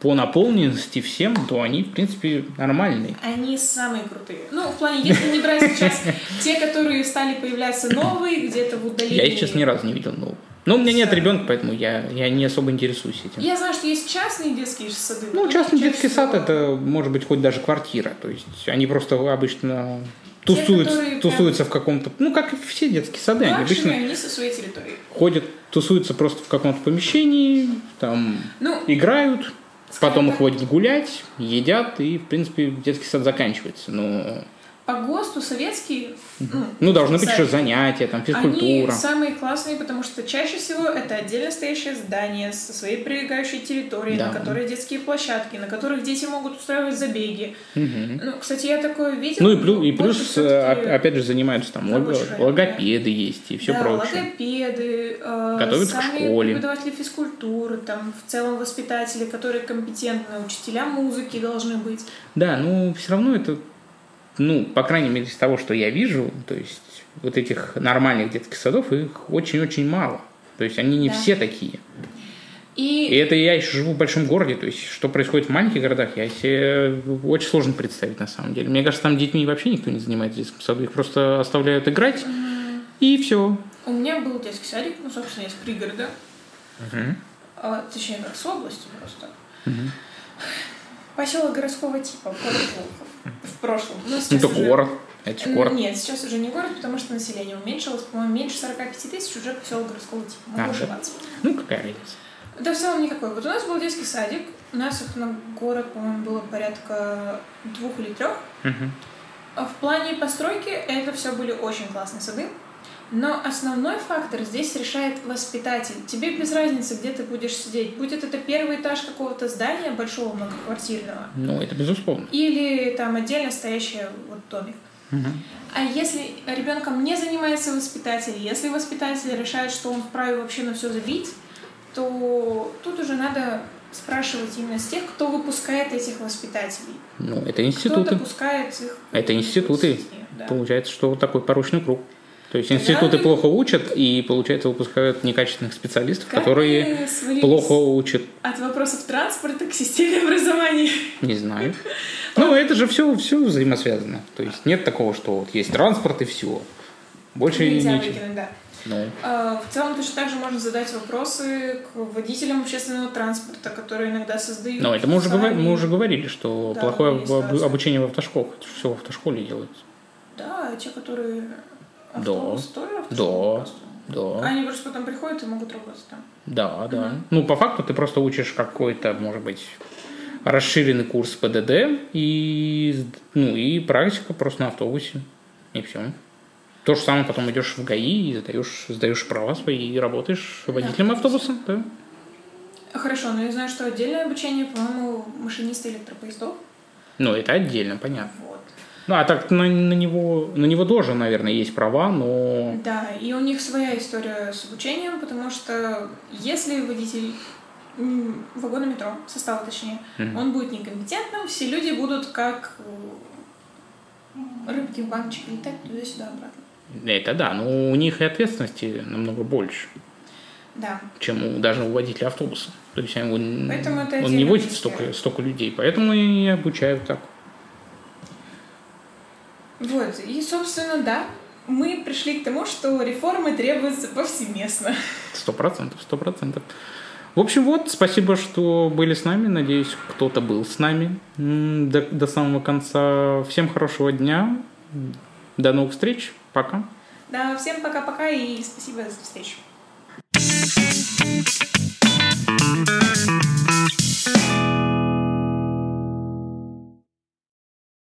по наполненности всем, то они, в принципе, нормальные.
Они самые крутые. Ну, в плане, если не брать
[LAUGHS]
сейчас те, которые стали появляться новые, где-то в удалении.
Я их, честно, ни разу не видел нового. Но у меня нет
Да.
ребенка, поэтому я, я не особо интересуюсь этим.
Я знаю, что есть частные детские сады.
Ну,
вот
частный
чаще
детский
всего
сад это может быть хоть даже квартира. То есть они просто обычно
Те,
тусуются,
которые прям-
тусуются в каком-то. Ну, как и все детские сады, они
Младшими,
обычно
они со своей территории.
ходят, тусуются просто в каком-то помещении, там
Ну,
играют,
Скажем
потом
так.
ходят гулять, едят, и, в принципе, детский сад заканчивается. Но
по ГОСТу советские, ну,
ну, должны быть
Сами.
еще занятия, там,
Они
физкультура.
самые классные, потому что чаще всего это отдельно стоящее здание со своей прилегающей территорией,
Да.
на которой детские площадки, на которых дети могут устраивать забеги.
Мгм.
Ну, кстати, я такое видела.
Ну и плюс, и
Больше
плюс
всё-таки,
э, оп- опять же, занимаются там лого-
рабочий район,
логопеды есть и все
да,
прочее.
логопеды, э,
Готовят к
сами
школе.
преподаватели физкультуры, там в целом воспитатели, которые компетентны, учителя музыки должны быть.
Да, ну все равно это, ну, по крайней мере, из того, что я вижу, то есть вот этих нормальных детских садов, их очень-очень мало. То есть они не
Да.
все такие. И
И
это я еще живу в большом городе, то есть что происходит в маленьких городах, я себе очень сложно представить на самом деле. Мне кажется, там детьми вообще никто не занимается в детском саду, их просто оставляют играть, и все.
у меня был детский садик, ну, собственно, из пригорода, а, точнее, как с области просто. Поселок городского типа, город Волхов. В прошлом. Ну, сейчас
Это
уже-
город, это же
Н-
город.
Нет, сейчас уже не город, потому что население уменьшилось, по-моему, меньше 45 тысяч уже поселок городского типа.
А,
Могу
да.
ошибаться.
Ну, какая разница.
Да, в целом никакой. Вот у нас был детский садик, у нас их на город, по-моему, было порядка двух или трех.
Мгм.
А В плане постройки это все были очень классные сады. Но основной фактор здесь решает воспитатель. Тебе без разницы, где ты будешь сидеть. Будет это первый этаж какого-то здания большого многоквартирного
Ну, это безусловно.
или там отдельно стоящий вот домик.
Мгм.
А если ребенком не занимается воспитатель, если воспитатель решает, что он вправе вообще на все забить, то тут уже надо спрашивать именно с тех, кто выпускает этих воспитателей.
Ну, это
Кто
институты.
допускает их.
Это институты.
Да.
Получается, что вот такой порочный круг. То есть
Да,
институты
ты-
плохо учат, и, получается, выпускают некачественных специалистов,
Как
которые
мы свалились
плохо учат.
От вопросов транспорта к системе [LAUGHS] образования.
Не знаю. Ну, это же все, все взаимосвязано. То есть нет такого, что вот есть транспорт и все. Больше
Нельзя
ничего.
выкинуть, да.
Ну,
Э, В целом точно так же можно задать вопросы к водителям общественного транспорта, которые иногда создают.
но ну, это мы уже, говор-
сами.
мы уже говорили, что
Да,
плохое
есть
об-
разные.
обучение в автошколах. Это все в автошколе делается.
Да, те, которые
Да.
автобус тоже автобус
Да.
просто.
Да,
Они просто потом приходят и могут работать там.
да, да. Ну, по факту ты просто учишь какой-то, может быть, расширенный курс ПДД и, ну, и практика просто на автобусе. И все. То же самое потом идешь в ГАИ и задаешь, сдаешь права свои и работаешь водителем автобуса. Да.
Хорошо, но я знаю, что отдельное обучение, по-моему, машиниста электропоездов.
Ну, это отдельно, понятно.
Вот.
Ну, а так на, на него, на него тоже, наверное, есть права, но...
Да, и у них своя история с обучением, потому что если водитель м, вагона метро, состава точнее,
Мгм.
он будет некомпетентным, все люди будут как э, рыбки в баночке летать туда-сюда обратно.
Это да, но у них и ответственности намного больше,
Да.
чем у, даже у водителя автобуса. То есть он, он
Поэтому это
не
отдельная
водит
история.
столько, столько людей, поэтому и обучают так.
Вот, и, собственно, да, мы пришли к тому, что реформы требуются повсеместно.
Сто процентов, сто процентов. В общем, вот, спасибо, что были с нами. Надеюсь, кто-то был с нами м, до, до самого конца. Всем хорошего дня. До новых встреч. Пока.
Да, всем пока-пока и спасибо за встречу.